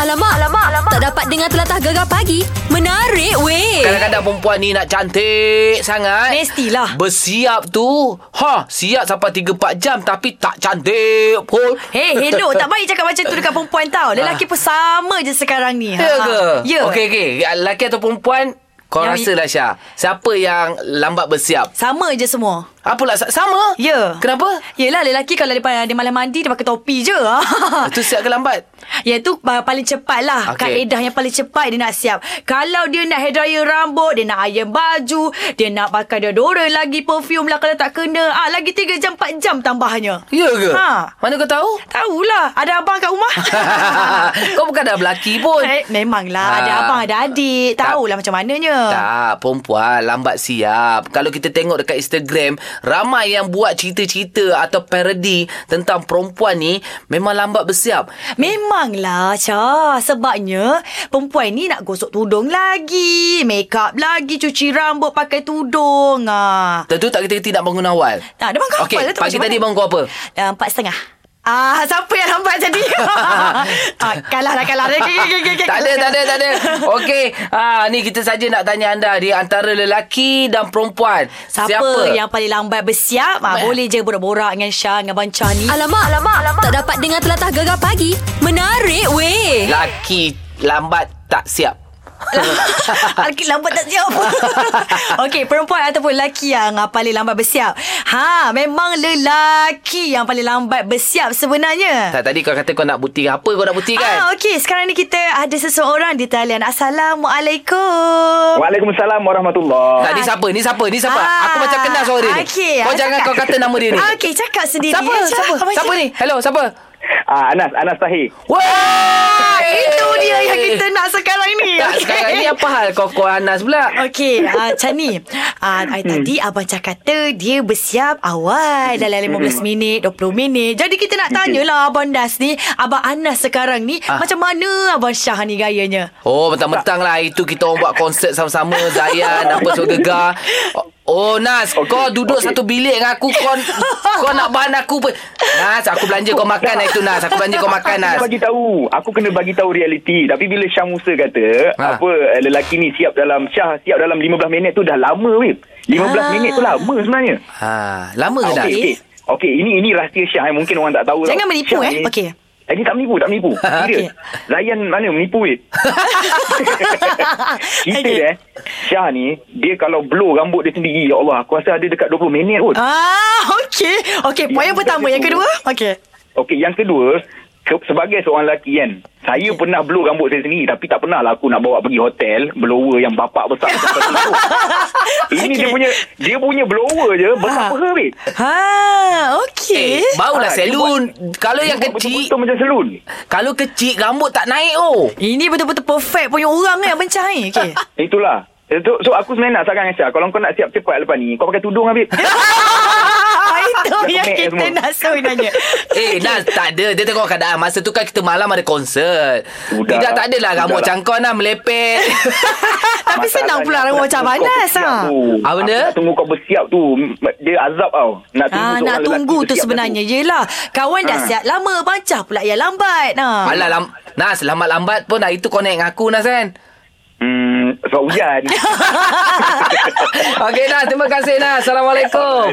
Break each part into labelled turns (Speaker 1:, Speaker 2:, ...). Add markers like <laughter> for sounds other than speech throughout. Speaker 1: Alamak, alamak, alamak. Tak dapat dengar telatah gegar pagi. Menarik weh.
Speaker 2: Kadang-kadang perempuan ni nak cantik sangat.
Speaker 1: Mestilah.
Speaker 2: Bersiap tu, ha, siap sampai 3-4 jam tapi tak cantik pun.
Speaker 3: Hey, hello. Eh, Tak baik cakap macam tu dekat perempuan tau. Lelaki pun sama je sekarang ni.
Speaker 2: Ya ke?
Speaker 3: Ya.
Speaker 2: Okey, okey. Lelaki atau perempuan, kau
Speaker 3: Yang-
Speaker 2: rasa lah Syah. Siapa yang lambat bersiap?
Speaker 3: Sama je semua.
Speaker 2: Apalah, sa- sama?
Speaker 3: Ya.
Speaker 2: Kenapa?
Speaker 3: Yelah, lelaki kalau dia, dia malam mandi, dia pakai topi je.
Speaker 2: <laughs>
Speaker 3: Ha.
Speaker 2: Itu siap ke lambat?
Speaker 3: Iaitu uh, paling cepat lah
Speaker 2: Okey.
Speaker 3: okay. Kaedah yang paling cepat dia nak siap Kalau dia nak hair dryer rambut Dia nak iron baju Dia nak pakai deodorant lagi Perfume lah kalau tak kena ah, Lagi 3 jam 4 jam tambahnya
Speaker 2: Ya ke?
Speaker 3: Ha.
Speaker 2: Mana kau
Speaker 3: <laughs>
Speaker 2: tahu? <laughs>
Speaker 3: Tahulah Ada abang kat rumah <laughs>
Speaker 2: kau bukan dah belaki pun.
Speaker 3: Eh, Memanglah
Speaker 2: Ha.
Speaker 3: Ada abang ada adik
Speaker 2: Tak-
Speaker 3: Tahulah macam mananya
Speaker 2: Tak, perempuan lambat siap. Kalau kita tengok dekat Instagram, ramai yang buat cerita-cerita atau parodi tentang perempuan ni memang lambat bersiap.
Speaker 3: Memanglah Cha Sebabnya Perempuan ni nak gosok tudung lagi Make up lagi Cuci rambut pakai tudung ah.
Speaker 2: Tentu tak kita tidak bangun awal.
Speaker 3: Tak, dia bangun awal
Speaker 2: Okey,
Speaker 3: lah tu
Speaker 2: pagi
Speaker 3: macam
Speaker 2: tadi
Speaker 3: mana?
Speaker 2: bangun kau apa?
Speaker 3: Uh, empat setengah Ah, siapa yang
Speaker 2: <laughs>
Speaker 3: lambat tadi? ah, kalah lah, kalah. Okay, okay, okay, okay.
Speaker 2: tak ada, tak ada, tak ada. Okey, ha, ni kita saja nak tanya anda di antara lelaki dan perempuan.
Speaker 3: Siapa, yang paling lambat bersiap? Ah, boleh je borak-borak dengan Syah, dengan Abang Chah ni.
Speaker 1: Alamak, alamak, alamak. Tak dapat dengar telatah gegar pagi. Menarik weh.
Speaker 2: lelaki lambat tak siap?
Speaker 3: <laughs> Lelaki lambat tak siap Okey, perempuan ataupun lelaki yang ah, paling lambat bersiap Ha, memang lelaki yang paling lambat bersiap sebenarnya
Speaker 2: Tak tadi kau kata kau nak bukti apa kau nak bukti kan?
Speaker 3: Ah, okey. Sekarang ni kita ada seseorang di talian. Assalamualaikum.
Speaker 4: Waalaikumsalam warahmatullahi.
Speaker 2: Tak, ni siapa? Ni siapa? Ni siapa?
Speaker 3: Ah,
Speaker 2: aku macam kenal suara dia.
Speaker 3: okey.
Speaker 2: kau
Speaker 3: Ah,
Speaker 2: jangan
Speaker 3: cakap.
Speaker 2: kau kata nama dia ni.
Speaker 3: Ah, Okey, cakap sendiri.
Speaker 2: Siapa?
Speaker 3: eh, Cak.
Speaker 2: Siapa?
Speaker 3: Abang
Speaker 2: Siapa
Speaker 3: Cak.
Speaker 2: ni? Hello, siapa?
Speaker 4: Ah, Anas, Anas Tahir.
Speaker 2: Wah!
Speaker 3: Ah, Itu dia yang kita nak sekarang ni.
Speaker 2: Tak,
Speaker 3: Okey.
Speaker 2: sekarang ni apa hal kau kau Anas pula?
Speaker 3: Okey, ah, macam ni. Ah, I
Speaker 4: Hmm.
Speaker 3: Tadi Abang Cak kata dia bersiap awal dalam
Speaker 4: Hmm.
Speaker 3: 15 minit, 20 minit. Jadi kita nak tanyalah Abang Das ni, Abang Anas sekarang ni,
Speaker 2: Ah.
Speaker 3: macam mana Abang Syah ni
Speaker 4: <laughs>
Speaker 3: gayanya?
Speaker 2: Oh, mentang-mentang lah itu kita orang buat konsert sama-sama Zayan apa so gegar. Oh Nas, okay, kau duduk okay.
Speaker 4: okey.
Speaker 2: satu bilik dengan aku kau kau nak bahan aku pun. Nas, aku belanja kau makan lah itu Nas. Aku belanja kau makan Nas.
Speaker 4: Aku bagi tahu, aku kena bagi tahu realiti. Tapi bila Syah Musa kata,
Speaker 2: Ha.
Speaker 4: apa eh, lelaki ni siap dalam Syah siap dalam 15 minit tu dah lama weh. 15
Speaker 3: Ah.
Speaker 4: minit tu lama sebenarnya.
Speaker 2: Ha, lama ke
Speaker 4: Ah,
Speaker 2: Nas?
Speaker 4: Okey, okey. Okey, ini ini rahsia Syah yang mungkin orang tak tahu.
Speaker 3: Jangan menipu,
Speaker 4: Syah
Speaker 3: eh.
Speaker 4: ni-
Speaker 3: Okey.
Speaker 4: Eh, ni tak menipu,
Speaker 3: <laughs>
Speaker 4: tak menipu. Serius. Zayan mana menipu weh. Kita
Speaker 3: Okey.
Speaker 4: eh, Syah ni, dia kalau blow rambut dia sendiri, ya Allah, aku rasa ada dekat 20 minit kot.
Speaker 3: Ah, okey. Okey, poin yang
Speaker 4: Yang
Speaker 3: pertama,
Speaker 4: kedua-
Speaker 3: yang kedua. Okey.
Speaker 4: Okey, yang kedua, ke, sebagai seorang lelaki kan, saya pernah blow rambut saya sendiri tapi tak pernah lah aku nak bawa pergi hotel blower yang bapak besar macam tu.
Speaker 3: <laughs>
Speaker 4: Ini dia
Speaker 3: Okey.
Speaker 4: punya dia punya blower je besar
Speaker 3: Ah.
Speaker 4: apa weh.
Speaker 3: Ha, okey.
Speaker 2: Eh, barulah
Speaker 4: Ah, dia
Speaker 2: selun. Kalau yang
Speaker 4: Dia buat
Speaker 2: kecil,
Speaker 4: Betul-betul macam selun.
Speaker 2: kalau kecil rambut tak naik oh.
Speaker 3: Ini betul-betul perfect punya orang eh Abang Cah ni.
Speaker 4: <laughs>
Speaker 3: Okey.
Speaker 4: Itulah. So, so aku sebenarnya nak sarankan Aisyah Kalau kau nak siap cepat lepas ni Kau pakai tudung habis
Speaker 3: Ah, itu
Speaker 4: Dah
Speaker 3: yang
Speaker 4: perfect
Speaker 3: kita
Speaker 4: semua.
Speaker 3: nak
Speaker 4: <laughs>
Speaker 3: sebenarnya. <laughs>
Speaker 2: Eh, Nas tak ada. Dia tengok keadaan. Masa tu kan kita malam ada konsert.
Speaker 4: Sudah.
Speaker 3: lah.
Speaker 2: Tidak tak adalah rambut
Speaker 4: Sudahlah.
Speaker 2: cangkau Nas
Speaker 3: <laughs>
Speaker 2: melepet.
Speaker 3: <laughs> Tapi senang pula
Speaker 4: Masalahnya,
Speaker 3: orang
Speaker 4: aku
Speaker 3: macam
Speaker 4: nak tunggu
Speaker 3: Anas
Speaker 4: kau bersiap
Speaker 3: ah.
Speaker 4: tu.
Speaker 2: Ah,
Speaker 4: Aku
Speaker 2: benda?
Speaker 4: nak tunggu kau bersiap tu Dia azab tau Nak tunggu
Speaker 3: Ah,
Speaker 4: seorang
Speaker 3: nak
Speaker 4: lelaki
Speaker 3: tunggu tu
Speaker 4: bersiap
Speaker 3: sebenarnya Yelah Kawan dah
Speaker 4: Ah.
Speaker 3: siap lama Bancah pula yang lambat nah.
Speaker 2: Alah, lam- Nas, lambat-lambat pun hari tu connect dengan aku, Nas kan? <laughs>
Speaker 4: Hmm Sebab
Speaker 3: <laughs>
Speaker 4: hujan
Speaker 2: Okey, Nas. Terima kasih, Nas. Assalamualaikum.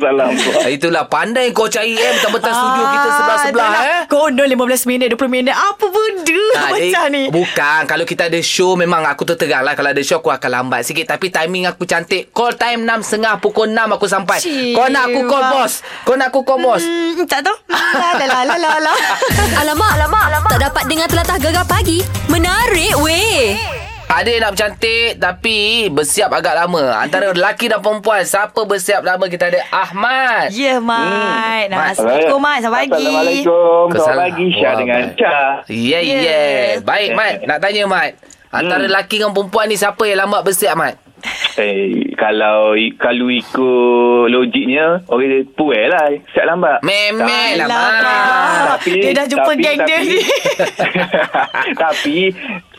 Speaker 4: Salam
Speaker 2: Itulah pandai kau cari eh Bentang-bentang studio
Speaker 3: Ah,
Speaker 2: kita sebelah-sebelah
Speaker 3: itulah.
Speaker 2: eh
Speaker 3: Konon 15 minit 20 minit Apa benda nah,
Speaker 2: eh,
Speaker 3: <laughs> Macam ni
Speaker 2: Bukan Kalau kita ada show Memang aku terterang lah Kalau ada show Aku akan lambat sikit Tapi timing aku cantik Call time 6.30 Pukul 6 aku sampai
Speaker 3: Cik,
Speaker 2: Kau nak aku call
Speaker 3: bang.
Speaker 2: bos Kau nak aku call bos
Speaker 3: Hmm, tak tahu La la la la la
Speaker 1: <laughs> Alamak, alamak, alamak. Tak dapat dengar telatah gegar pagi. Menarik weh.
Speaker 2: Ada yang nak bercantik Tapi Bersiap agak lama Antara lelaki dan perempuan Siapa bersiap lama Kita ada Ahmad
Speaker 3: Ya yeah, Mat hmm, nah,
Speaker 2: Mat.
Speaker 3: Assalamualaikum Mat Selamat pagi
Speaker 4: Assalamualaikum. Selamat
Speaker 2: Kesalahan.
Speaker 4: pagi Syah
Speaker 2: Wah,
Speaker 4: dengan
Speaker 2: baik.
Speaker 4: Syah.
Speaker 2: Yeah, yeah,
Speaker 3: Yeah.
Speaker 2: Baik
Speaker 4: <laughs>
Speaker 2: Mat Nak tanya Mat Antara
Speaker 4: Hmm.
Speaker 2: lelaki dengan perempuan ni Siapa yang lambat bersiap Mat
Speaker 4: Eh, kalau kalau ikut logiknya, orang okay, puel lah. Siap lambat.
Speaker 2: Memel lah
Speaker 3: Alah,
Speaker 2: Mat
Speaker 3: Mak. Dia dah jumpa geng dia ni.
Speaker 4: <laughs> tapi,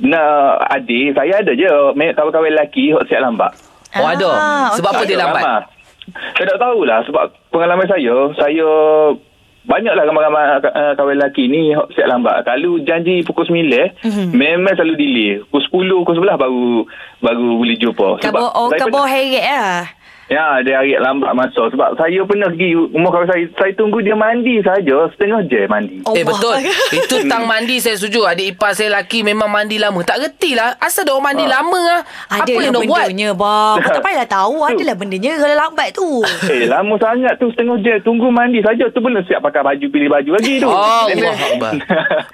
Speaker 4: nak adik, saya ada je me- kawan-kawan lelaki yang siap lambat.
Speaker 2: Oh ada
Speaker 3: Ah,
Speaker 2: Sebab
Speaker 3: okey.
Speaker 2: apa dia
Speaker 4: Tak
Speaker 2: lambat
Speaker 4: ramah. Saya tak tahulah sebab pengalaman saya, saya banyaklah ramai-ramai uh, kawan lelaki ni siap lambat. Kalau janji pukul 9,
Speaker 2: Mhm.
Speaker 4: mm-hmm. memang selalu delay. Pukul 10, pukul 11 baru baru boleh jumpa.
Speaker 3: Kabo, oh,
Speaker 4: saya
Speaker 3: kabo
Speaker 4: pernah-
Speaker 3: heret lah.
Speaker 4: Ya, dia hari lambat masa. Sebab saya pernah pergi rumah kawan saya. Saya tunggu dia mandi saja. Setengah je mandi.
Speaker 3: Oh,
Speaker 2: Eh
Speaker 3: <laughs>
Speaker 2: betul
Speaker 3: Allah.
Speaker 2: Itu tang
Speaker 4: Hmm.
Speaker 2: mandi saya setuju Adik ipar saya lelaki Memang mandi lama Tak reti lah Asal dia orang mandi
Speaker 4: Ah.
Speaker 2: lama lah
Speaker 3: Ada
Speaker 2: Apa yang dia buat
Speaker 3: bendanya, bang. Kau tak payahlah tahu. Adalah bendanya kalau lambat tu.
Speaker 4: Eh, lama sangat tu setengah je. Tunggu mandi saja. Tu belum siap pakai baju, pilih baju lagi tu.
Speaker 2: Allah
Speaker 4: Memang- <laughs>
Speaker 2: Akbar. Oh,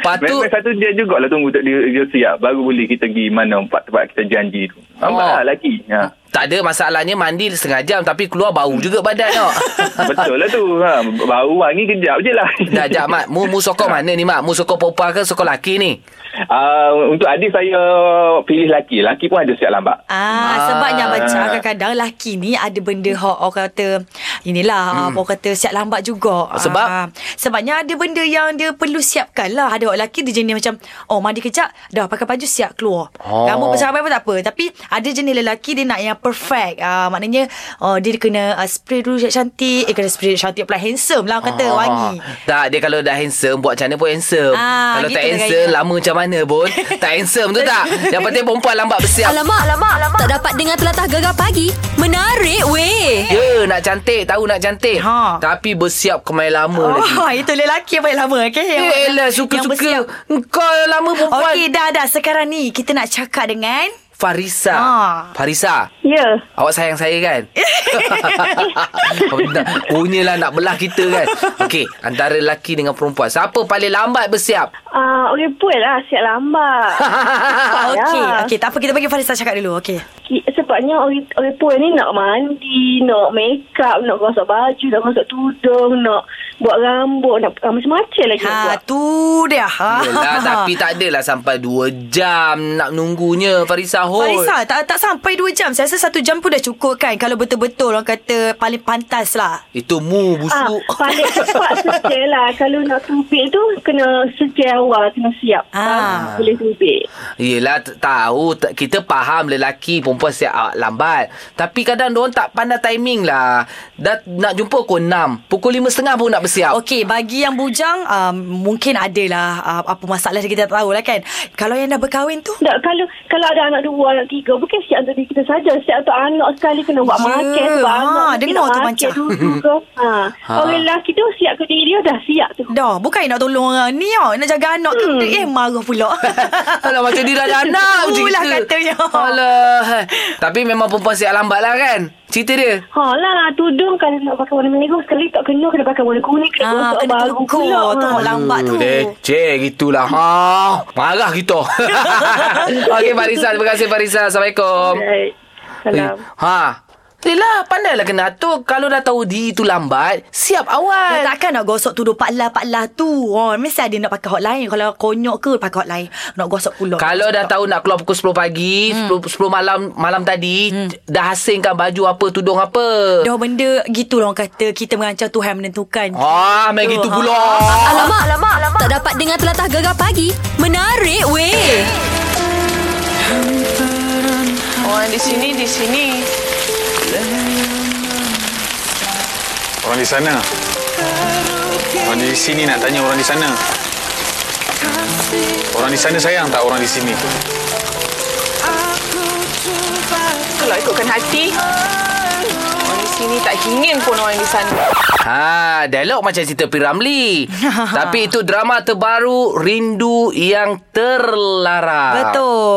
Speaker 2: Lepas tu-
Speaker 4: Memang satu dia jugalah tunggu untuk dia, dia siap. Baru boleh kita pergi mana tempat-tempat kita janji tu. Lambat
Speaker 2: Oh.
Speaker 4: lah lagi. Ha.
Speaker 2: Tak ada masalahnya Mandi setengah jam Tapi keluar bau juga badan tau
Speaker 3: <laughs>
Speaker 4: Betul lah tu. Ha. Baru wangi kejap je lah.
Speaker 2: Dah jap
Speaker 4: <laughs>
Speaker 2: Mat Mu, mu sokong mana ni Mat Mu sokong perempuan ke Sokong lelaki ni
Speaker 4: Uh, untuk adik saya pilih lelaki. Lelaki pun ada siap lambat.
Speaker 3: Ah, sebabnya macam kadang-kadang lelaki ni ada benda hok orang kata inilah hmm. orang kata siap lambat juga.
Speaker 2: Sebab?
Speaker 3: Ah, sebabnya ada benda yang dia perlu siapkan lah. Ada orang lelaki dia jenis macam oh mandi kejap dah pakai baju siap keluar.
Speaker 2: Oh.
Speaker 3: Oh. Rambut bersahabat pun tak apa. Tapi ada jenis lelaki dia nak yang perfect. Ah, maknanya oh, dia kena ah, spray dulu cantik. Eh kena spray cantik pula handsome lah orang kata
Speaker 2: Ah.
Speaker 3: wangi.
Speaker 2: Tak dia kalau dah handsome Buat macam mana pun handsome
Speaker 3: Ah,
Speaker 2: Kalau tak
Speaker 3: gitu
Speaker 2: handsome
Speaker 3: gaya.
Speaker 2: Lama macam mana
Speaker 3: <laughs>
Speaker 2: pun Tak handsome tu tak Yang penting perempuan lambat bersiap
Speaker 1: Alamak, alamak, alamak. Tak dapat dengar telatah gegar pagi. Menarik weh.
Speaker 2: Ya nak cantik Tahu nak cantik
Speaker 3: Ha.
Speaker 2: Tapi bersiap kemain lama lagi
Speaker 3: Oh, <laughs> itu lelaki apa yang lama okay? Yang-
Speaker 2: Eh lah
Speaker 3: yang bersiap.
Speaker 2: suka-suka Engkau yang lama perempuan
Speaker 3: Okey dah dah sekarang ni kita nak cakap dengan
Speaker 2: Farisa
Speaker 3: Ha.
Speaker 2: Farisa
Speaker 5: Ya.
Speaker 2: Awak sayang saya
Speaker 3: <laughs>
Speaker 2: kan? Punyalah nak belah kita kan? Okey, antara lelaki dengan perempuan. Siapa paling lambat bersiap?
Speaker 5: Ah, uh, okey puan lah siap lambat.
Speaker 3: Ah, Okey,
Speaker 5: Ya.
Speaker 3: okey. Tak apa kita bagi Farisa cakap dulu. Okey.
Speaker 5: Ki- Sebabnya orang, orang puan ni nak mandi, nak make up, nak gosok baju, nak gosok tudung, nak buat rambut, nak uh, macam-macam lagi nak
Speaker 3: Ha,
Speaker 5: buat.
Speaker 3: tu dia. Ha. <laughs>
Speaker 2: Yelah, tapi tak adalah sampai 2 jam nak nunggunya Farisa Hol.
Speaker 3: Farisa, tak, tak sampai 2 jam. Saya rasa 1 jam pun dah cukup kan. Kalau betul-betul orang kata paling pantas lah.
Speaker 2: Itu mu
Speaker 5: Ah,
Speaker 2: busuk.
Speaker 5: paling
Speaker 3: <laughs>
Speaker 5: cepat sejai lah. Kalau nak tubik tu, kena sejai awal, kena siap.
Speaker 3: Ah.
Speaker 5: Ah. Boleh tubik.
Speaker 2: <laughs> Yelah t- tahu t- Kita faham lelaki Perempuan siap ah, lambat Tapi kadang diorang tak pandai timing lah Dah nak jumpa pukul 6 Pukul 5.30 pun nak bersiap
Speaker 3: Okey, bagi yang bujang, um, mungkin adalah uh, apa masalah kita tak tahulah kan. Kalau yang dah berkahwin tu,
Speaker 5: Tak, kalau kalau ada anak dua, anak tiga, bukan siap untuk diri kita saja. Siap untuk anak sekali kena buat
Speaker 3: Ya,
Speaker 5: yeah. makan. Sebab
Speaker 3: ha,
Speaker 5: anak mungkin
Speaker 3: dengar
Speaker 5: nak
Speaker 3: tu
Speaker 5: makan
Speaker 3: macam.
Speaker 5: dulu
Speaker 3: <laughs>
Speaker 5: ke. ha.
Speaker 2: Ha.
Speaker 5: Orang lelaki tu siap ke diri dia dah siap tu.
Speaker 3: dah. Bukan nak tolong orang ni tau. Nak jaga anak tu. Eh, marah pula.
Speaker 2: <laughs> Alah macam dia dah ada anak macam
Speaker 3: Itulah
Speaker 2: kita.
Speaker 3: katanya.
Speaker 2: Alah eh. Tapi memang perempuan siap lambat lah kan Cerita dia
Speaker 5: Ha lah, tudung kalau nak pakai warna merah sekali tak kena kena pakai warna kuning kena
Speaker 3: Ah,
Speaker 5: gosok
Speaker 3: kena
Speaker 5: baru
Speaker 3: tegur,
Speaker 5: pula.
Speaker 3: tu.
Speaker 5: Ha.
Speaker 3: Lambat tu.
Speaker 2: Leceh Hmm, gitulah ha, Marah kita <laughs> Okey Farisa Terima kasih Farisa Assalamualaikum
Speaker 5: Baik. Salam.
Speaker 2: Ha Yelah pandailah kena atur Kalau dah tahu diri tu lambat Siap
Speaker 3: Dah
Speaker 2: awal
Speaker 3: takkan nak gosok tudung pak lah, pak lah tu. Oh, mesti ada nak pakai hot lain. Kalau konyok ke pakai hot lain. Nak gosok pulut.
Speaker 2: Kalau dah tahu nak keluar pukul 10 pagi hmm. 10, 10 malam malam tadi hmm. Dah asingkan baju apa Tudung apa
Speaker 3: Dah benda gitu lah orang kata Kita mengancam Tuhan menentukan
Speaker 2: Ah, main gitu
Speaker 3: Ha.
Speaker 2: pula
Speaker 1: Alamak, alamak, alamak. Tak dapat dengar telatah gegar pagi. Menarik weh.
Speaker 6: Orang di sini, di sini.
Speaker 7: Orang di sana. Orang di sini nak tanya orang di sana. Orang di sana sayang tak orang di sini?
Speaker 6: Kalau ikutkan hati, orang di sini tak ingin pun orang di sana.
Speaker 2: Ha, dialog macam cerita P.
Speaker 3: <laughs>
Speaker 2: Ramli. Tapi itu drama terbaru Rindu yang terlarang.
Speaker 3: Betul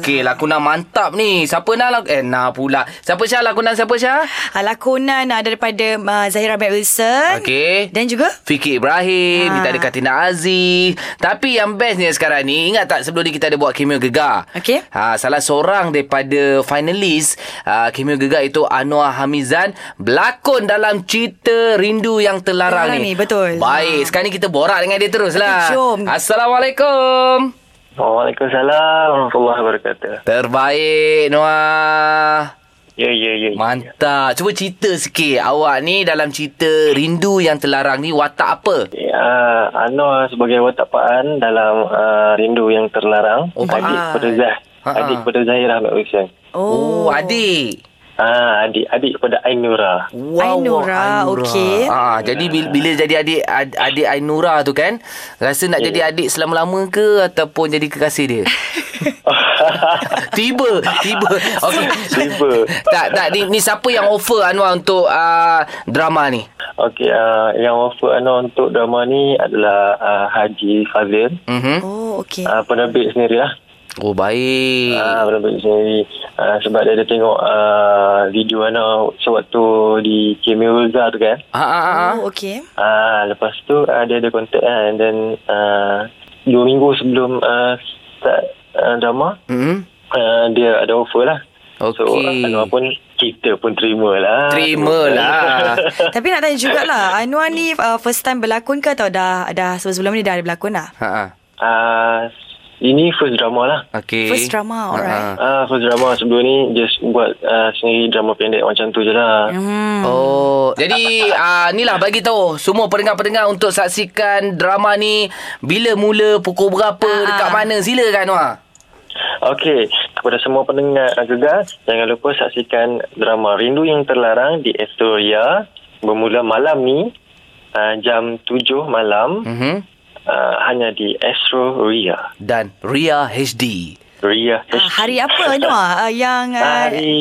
Speaker 2: Okey, lakonan mantap ni. Siapa nak lak eh nah pula. Siapa Syah lakonan siapa Syah?
Speaker 3: Ah, Lakonan ah, daripada ah, Zahira Matt Wilson
Speaker 2: Okey.
Speaker 3: Dan juga
Speaker 2: Fikir Ibrahim,
Speaker 3: Ha.
Speaker 2: kita ada Katina Aziz. Tapi yang bestnya sekarang ni, ingat tak sebelum ni kita ada buat cameo gegar?
Speaker 3: Okey.
Speaker 2: Ha, salah seorang daripada finalis uh, cameo gegar itu Anwar Hamizan berlakon dalam cerita Rindu yang Terlarang
Speaker 3: Terlarang
Speaker 2: ni.
Speaker 3: ni, betul.
Speaker 2: Baik,
Speaker 3: Ha.
Speaker 2: sekarang ni kita borak dengan dia teruslah.
Speaker 3: Jom.
Speaker 2: Assalamualaikum.
Speaker 8: Waalaikumsalam warahmatullahi wabarakatuh.
Speaker 2: Terbaik Noah.
Speaker 8: Ya, ya, ya.
Speaker 2: Mantap. Cuba cerita sikit awak ni dalam cerita Rindu yang Terlarang ni watak apa?
Speaker 8: Uh, Anwar sebagai watak Paan dalam uh, Rindu yang Terlarang.
Speaker 2: Oh, Pak
Speaker 8: adik
Speaker 2: An.
Speaker 8: kepada Zah.
Speaker 2: Ha, ha.
Speaker 8: Adik kepada Zahirah Mak Wilson.
Speaker 2: Oh, adik.
Speaker 8: Ah, adik adik kepada Ainura. <laughs>
Speaker 2: Wow,
Speaker 3: Ainura, okey.
Speaker 2: Ah, jadi bila, bila jadi adik ad- adik Ainura tu kan, rasa nak jadi adik selama-lama ke ataupun jadi kekasih dia? tiba, tiba. Okey.
Speaker 8: Tiba.
Speaker 2: tak, tak ni, ni siapa yang offer Anwar untuk uh, drama ni?
Speaker 8: Okey, uh, yang offer Ana untuk drama ni adalah uh, Haji Fazil.
Speaker 2: Mhm.
Speaker 3: Oh, okey.
Speaker 8: Uh, penerbit sendiri lah.
Speaker 2: Oh, baik.
Speaker 8: Ah, penerbit sendiri. Uh, sebab dia ada tengok uh, video Ana sewaktu di Kemilza tu kan.
Speaker 2: Ah, ah, ah, ah.
Speaker 3: Oh, okey.
Speaker 8: Ah, lepas tu uh, dia ada kontak kan dan uh, dua minggu sebelum uh, start uh, drama
Speaker 2: Mhm.
Speaker 8: uh, dia ada offer lah. So
Speaker 2: Okey.
Speaker 8: Anwar pun kita pun terima lah.
Speaker 9: <laughs>
Speaker 2: Terimalah.
Speaker 3: Tapi nak tanya
Speaker 2: <laughs>
Speaker 3: jugalah, Anwar ni uh, first time berlakon ke atau dah dah sebelum ni dah ada berlakon lah?
Speaker 2: Ha ah.
Speaker 8: <laughs> Ah, ini first drama lah.
Speaker 2: Okey.
Speaker 3: First drama,
Speaker 2: Ah,
Speaker 3: alright.
Speaker 2: ah.
Speaker 8: Ah, first drama sebelum ni just buat uh, sendiri drama pendek macam tu je lah.
Speaker 3: Hmm. <laughs>
Speaker 2: Oh, jadi uh, inilah bagi tahu semua pendengar-pendengar untuk saksikan drama ni bila mula, pukul berapa,
Speaker 3: Ah.
Speaker 2: dekat mana silakan Wah.
Speaker 8: Okey, kepada semua pendengar uh, Gegar, jangan lupa saksikan drama Rindu Yang Terlarang di Astoria bermula malam ni uh, jam 7 malam
Speaker 2: Mhm.
Speaker 8: uh, hanya di Astro Ria.
Speaker 2: Dan Ria HD.
Speaker 8: Ria.
Speaker 3: Ah, hari apa Anwar? Uh, yang uh,
Speaker 8: Hari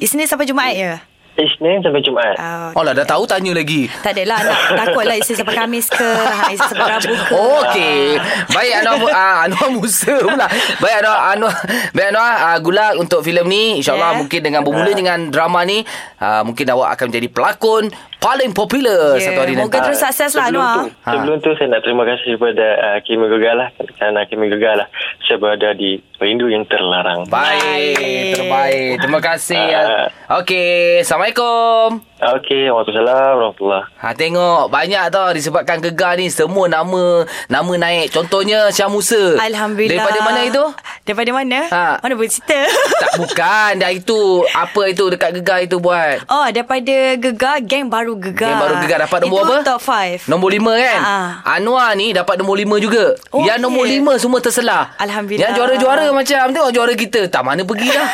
Speaker 3: Isnin sampai Jumaat ya?
Speaker 8: Isnin Eh, sampai Jumaat.
Speaker 3: Uh,
Speaker 2: Oh lah dah tahu tanya lagi.
Speaker 3: tak adalah nak takutlah Isnin sampai Khamis ke, ha, Isnin
Speaker 2: <laughs>
Speaker 3: sampai Rabu ke.
Speaker 2: Okey. Baik Anwar uh, Anwar Musa pula. Baik Anwar Anwar baik Anwar uh, gulak untuk filem ni insyaallah
Speaker 3: Yeah.
Speaker 2: mungkin dengan bermula dengan drama ni uh, mungkin awak akan menjadi pelakon paling popular
Speaker 3: Ya,
Speaker 2: satu hari
Speaker 3: moga
Speaker 2: nanti.
Speaker 3: terus sukses lah
Speaker 8: Ah, sebelum
Speaker 3: Anwar.
Speaker 8: tu, ha. sebelum tu saya nak terima kasih kepada uh, Kimi Gegar lah kerana Kimi Gegar lah saya berada di Rindu Yang Terlarang.
Speaker 2: Baik, terbaik. Terima kasih.
Speaker 8: Ah.
Speaker 2: Okey, Assalamualaikum.
Speaker 8: Okey, Waalaikumsalam warahmatullahi
Speaker 2: Ha tengok banyak tau disebabkan gegar ni semua nama nama naik. Contohnya Syah Musa.
Speaker 3: Alhamdulillah.
Speaker 2: Daripada mana itu?
Speaker 3: Daripada mana?
Speaker 2: Ha.
Speaker 3: Mana boleh cerita?
Speaker 2: tak bukan dah itu apa itu dekat gegar itu buat.
Speaker 3: Oh, daripada Gegar, geng baru Gegar.
Speaker 2: Yang baru gegar dapat nombor
Speaker 3: Itu
Speaker 2: apa?
Speaker 3: top 5.
Speaker 2: Nombor 5 kan?
Speaker 3: Ha.
Speaker 2: Anwar ni dapat nombor 5 juga.
Speaker 3: Oh,
Speaker 2: Yang
Speaker 3: okey.
Speaker 2: nombor 5 semua terselah.
Speaker 3: Alhamdulillah.
Speaker 2: Yang juara-juara macam tengok juara kita. Tak mana pergi dah.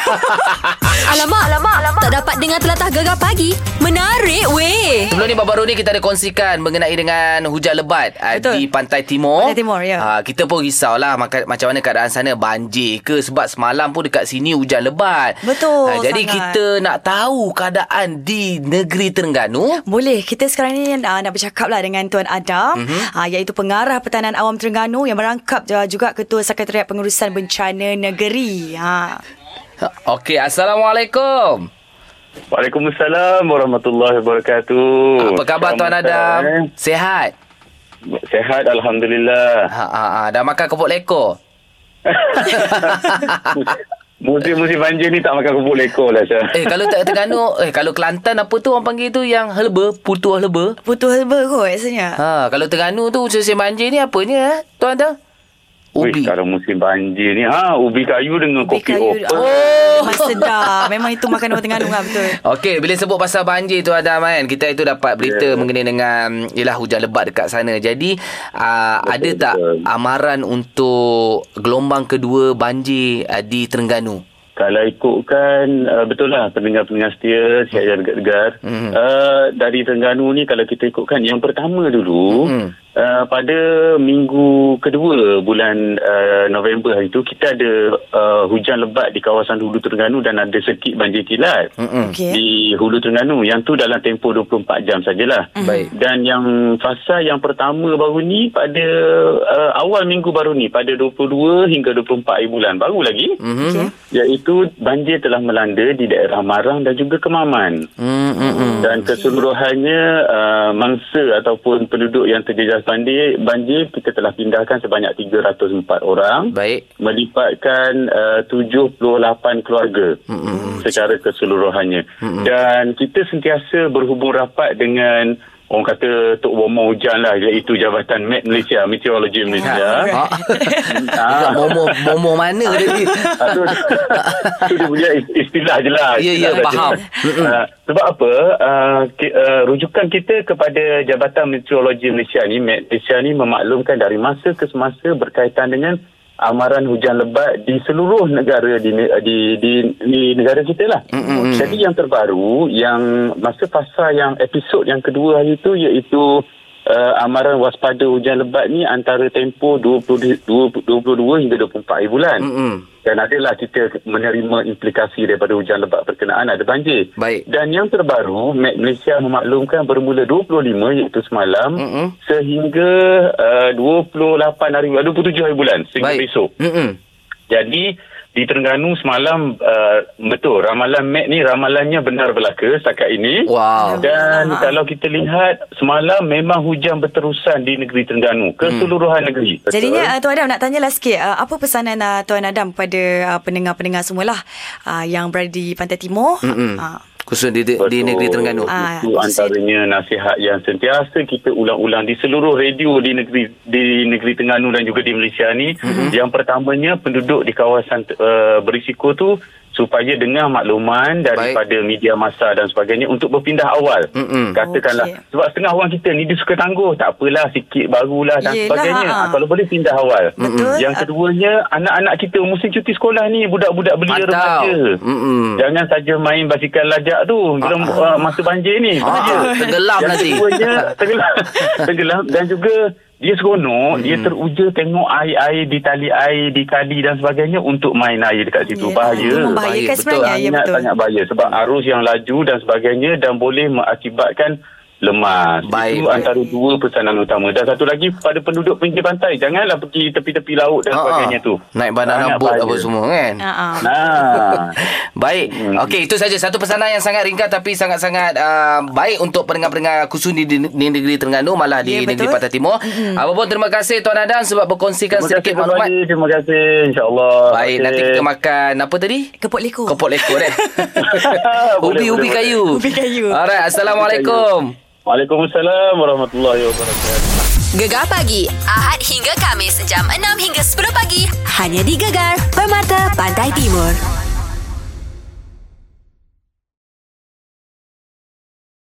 Speaker 2: <laughs>
Speaker 1: Alamak, alamak, alamak. Tak dapat dengar telatah gegar pagi. Menarik weh.
Speaker 2: Sebelum ni baru-baru ni kita ada kongsikan mengenai dengan hujan lebat uh,
Speaker 3: Betul.
Speaker 2: di Pantai Timur.
Speaker 3: Pantai Timur, ya.
Speaker 2: Uh, kita pun risaulah maka, macam mana keadaan sana banjir ke sebab semalam pun dekat sini hujan lebat.
Speaker 3: Betul
Speaker 2: Ah, jadi
Speaker 3: sangat.
Speaker 2: kita nak tahu keadaan di negeri Terengganu.
Speaker 3: Boleh, kita sekarang ni uh, nak bercakap lah dengan Tuan Adam
Speaker 2: Mhm.
Speaker 3: mm-hmm. uh, iaitu pengarah pertahanan awam Terengganu yang merangkap uh, juga Ketua Sekretariat Pengurusan Bencana Negeri. Ha.
Speaker 2: Okey, Assalamualaikum.
Speaker 9: Waalaikumsalam warahmatullahi wabarakatuh.
Speaker 2: Apa khabar Tuan Adam? Sihat?
Speaker 9: Sehat
Speaker 2: <laughs>
Speaker 9: alhamdulillah.
Speaker 2: Ha, ha, ha. Dah makan kepok lekor?
Speaker 9: Musim-musim banjir ni tak makan kubur lekor lah saya.
Speaker 2: Eh, kalau tak Terengganu, <laughs> eh, kalau Kelantan apa tu orang panggil tu yang herba, putu herba?
Speaker 3: Putu helba kot rasanya.
Speaker 2: Ha, kalau Terengganu tu musim banjir ni apanya eh? Tuan Adam?
Speaker 9: Wih,
Speaker 2: Ubi.
Speaker 9: kalau musim banjir ni ha ubi kayu dengan
Speaker 3: Ubi
Speaker 9: kopi
Speaker 3: kayu.
Speaker 9: open.
Speaker 3: Oh. Memang sedap. Memang itu makanan orang Terengganu kan betul.
Speaker 2: Okey, bila sebut pasal banjir tu Adam kan, kita itu dapat berita yeah.
Speaker 9: Ya.
Speaker 2: mengenai dengan mm, ialah hujan lebat dekat sana. Jadi, uh,
Speaker 9: Betul,
Speaker 2: ada tak
Speaker 9: betul.
Speaker 2: amaran untuk gelombang kedua banjir uh, di Terengganu?
Speaker 9: Kalau ikutkan uh, betul lah pendengar-pendengar setia siap jaga degar.
Speaker 2: Mm.
Speaker 9: Mm. Uh, dari Terengganu ni kalau kita ikutkan yang pertama dulu
Speaker 2: Mm.
Speaker 9: mm. uh, pada minggu kedua bulan uh, November hari tu kita ada uh, hujan lebat di kawasan Hulu Terengganu dan ada sedikit banjir kilat.
Speaker 2: Mm-mm.
Speaker 3: Okey.
Speaker 9: Di Hulu Terengganu yang tu dalam tempoh 24 jam sajalah.
Speaker 2: Mhm. Baik.
Speaker 9: Dan yang fasa yang pertama baru ni pada uh, awal minggu baru ni pada 22 hingga 24 hari bulan baru lagi.
Speaker 2: Mhm.
Speaker 3: Okey.
Speaker 9: Iaitu banjir telah melanda di daerah Marang dan juga Kemaman.
Speaker 2: Mm, mm,
Speaker 3: <laughs>
Speaker 2: mm.
Speaker 9: Dan keseluruhannya uh, mangsa ataupun penduduk yang terjejas banjir, banjir kita telah pindahkan sebanyak 304 orang
Speaker 2: Baik.
Speaker 9: melibatkan uh, 78 keluarga secara keseluruhannya dan kita sentiasa berhubung rapat dengan orang kata Tok Bomo Hujan lah iaitu Jabatan Met Malaysia Meteorologi Malaysia
Speaker 2: Ha. Ah. momo momo mana tadi?
Speaker 9: Ah, tu, <laughs> tu dia punya is- istilah je lah.
Speaker 2: Ya, ya,
Speaker 9: Istilah saja.
Speaker 2: faham.
Speaker 9: Ah, sebab apa, ah, ki, ah, rujukan kita kepada Jabatan Meteorologi Malaysia ni, Met Malaysia ni memaklumkan dari masa ke semasa berkaitan dengan amaran hujan lebat di seluruh negara di ne- di di, di negara kita lah. Mm-hmm. Jadi yang terbaru yang masa fasa yang episod yang kedua hari tu iaitu uh, amaran waspada hujan lebat ni antara tempoh 20, 20 22 hingga 24 hari bulan.
Speaker 2: Mm-mm.
Speaker 9: Dan adalah kita menerima implikasi daripada hujan lebat berkenaan ada banjir.
Speaker 2: Baik.
Speaker 9: Dan yang terbaru, Met Malaysia memaklumkan bermula 25 iaitu semalam
Speaker 2: Mm-mm.
Speaker 9: sehingga uh, 28 hari uh, 27 hari bulan
Speaker 2: Baik.
Speaker 9: sehingga
Speaker 2: Hmm,
Speaker 9: besok.
Speaker 2: Mm-mm.
Speaker 9: Jadi di Terengganu semalam uh, betul ramalan Mac ni ramalannya benar belaka setakat ini.
Speaker 2: Wow.
Speaker 9: Dan kalau kita lihat semalam memang hujan berterusan di negeri Terengganu
Speaker 2: Mm.
Speaker 9: keseluruhan negeri. Betul.
Speaker 3: Jadinya uh, Tuan Adam nak tanyalah sikit uh, apa pesanan uh, Tuan Adam pada uh, pendengar-pendengar semualah uh, yang berada di Pantai Timur.
Speaker 2: Mm-mm.
Speaker 3: Uh,
Speaker 2: Hmm, Khusus di, di, di
Speaker 9: Betul.
Speaker 2: negeri Terengganu.
Speaker 3: Ah.
Speaker 9: Itu antaranya nasihat yang sentiasa kita ulang-ulang di seluruh radio di negeri di negeri Terengganu dan juga di Malaysia ni.
Speaker 2: Mhm.
Speaker 9: Mm-hmm. Yang pertamanya penduduk di kawasan uh, berisiko tu supaya dengar makluman daripada Baik. media massa dan sebagainya untuk berpindah awal.
Speaker 2: Mm-mm.
Speaker 9: Katakanlah
Speaker 3: Okey.
Speaker 9: okay. sebab setengah orang kita ni dia suka tangguh, tak apalah sikit barulah
Speaker 3: Yelah,
Speaker 9: dan Yelah. sebagainya.
Speaker 3: ha.
Speaker 9: Ha, kalau boleh pindah awal.
Speaker 3: Betul.
Speaker 9: Yang keduanya anak-anak kita musim cuti sekolah ni budak-budak belia
Speaker 2: Pantau.
Speaker 9: remaja.
Speaker 2: Mm-mm.
Speaker 9: Jangan saja main basikal lajak tu bila uh, masa banjir ni.
Speaker 2: Ah, <laughs>
Speaker 9: Bahaya.
Speaker 2: tenggelam
Speaker 9: Yang
Speaker 2: nanti.
Speaker 9: keduanya tenggelam,
Speaker 2: <laughs>
Speaker 9: tenggelam dan juga dia seronok, dia
Speaker 2: Hmm.
Speaker 9: teruja tengok air-air di tali air, di kali dan sebagainya untuk main air dekat situ.
Speaker 3: Yelah,
Speaker 9: bahaya.
Speaker 3: Itu
Speaker 2: Ya, Bahaya,
Speaker 3: membahayakan
Speaker 2: betul.
Speaker 3: sebenarnya. Ya,
Speaker 9: sangat,
Speaker 3: betul.
Speaker 9: sangat bahaya sebab arus yang laju dan sebagainya dan boleh mengakibatkan lemas.
Speaker 2: Baik.
Speaker 9: Itu antara dua pesanan utama. Dan satu lagi pada penduduk pinggir pantai, janganlah pergi tepi-tepi laut
Speaker 2: Ah,
Speaker 9: dan
Speaker 2: ah.
Speaker 9: sebagainya tu.
Speaker 2: Naik banana
Speaker 9: Sangat
Speaker 2: boat apa
Speaker 9: bahaya.
Speaker 2: semua kan.
Speaker 3: Ah,
Speaker 9: Uh-uh.
Speaker 3: ah.
Speaker 2: <laughs>
Speaker 9: Nah.
Speaker 2: Baik.
Speaker 9: Hmm.
Speaker 2: Okey, itu saja satu pesanan yang sangat ringkas tapi sangat-sangat uh, baik untuk pendengar-pendengar khusus di, di, di negeri Terengganu malah di
Speaker 3: Ya, betul.
Speaker 2: negeri Pantai Timur. Mm-hmm. Apa pun terima kasih Tuan Adam sebab berkongsikan
Speaker 9: Terima
Speaker 2: sedikit
Speaker 9: kasih
Speaker 2: maklumat.
Speaker 9: kembali. Terima kasih. InsyaAllah.
Speaker 2: Baik, nanti kita makan apa tadi?
Speaker 3: Kepok leko.
Speaker 2: Kopok lekor
Speaker 9: <laughs>
Speaker 2: eh. <laughs>
Speaker 9: Boleh,
Speaker 2: ubi ubi
Speaker 9: boleh,
Speaker 2: kayu.
Speaker 3: Ubi kayu.
Speaker 2: Alright, assalamualaikum.
Speaker 9: Waalaikumsalam warahmatullahi wabarakatuh.
Speaker 1: Gegar pagi Ahad hingga Kamis jam 6 hingga 10 pagi hanya di Gegar Permata Pantai Timur.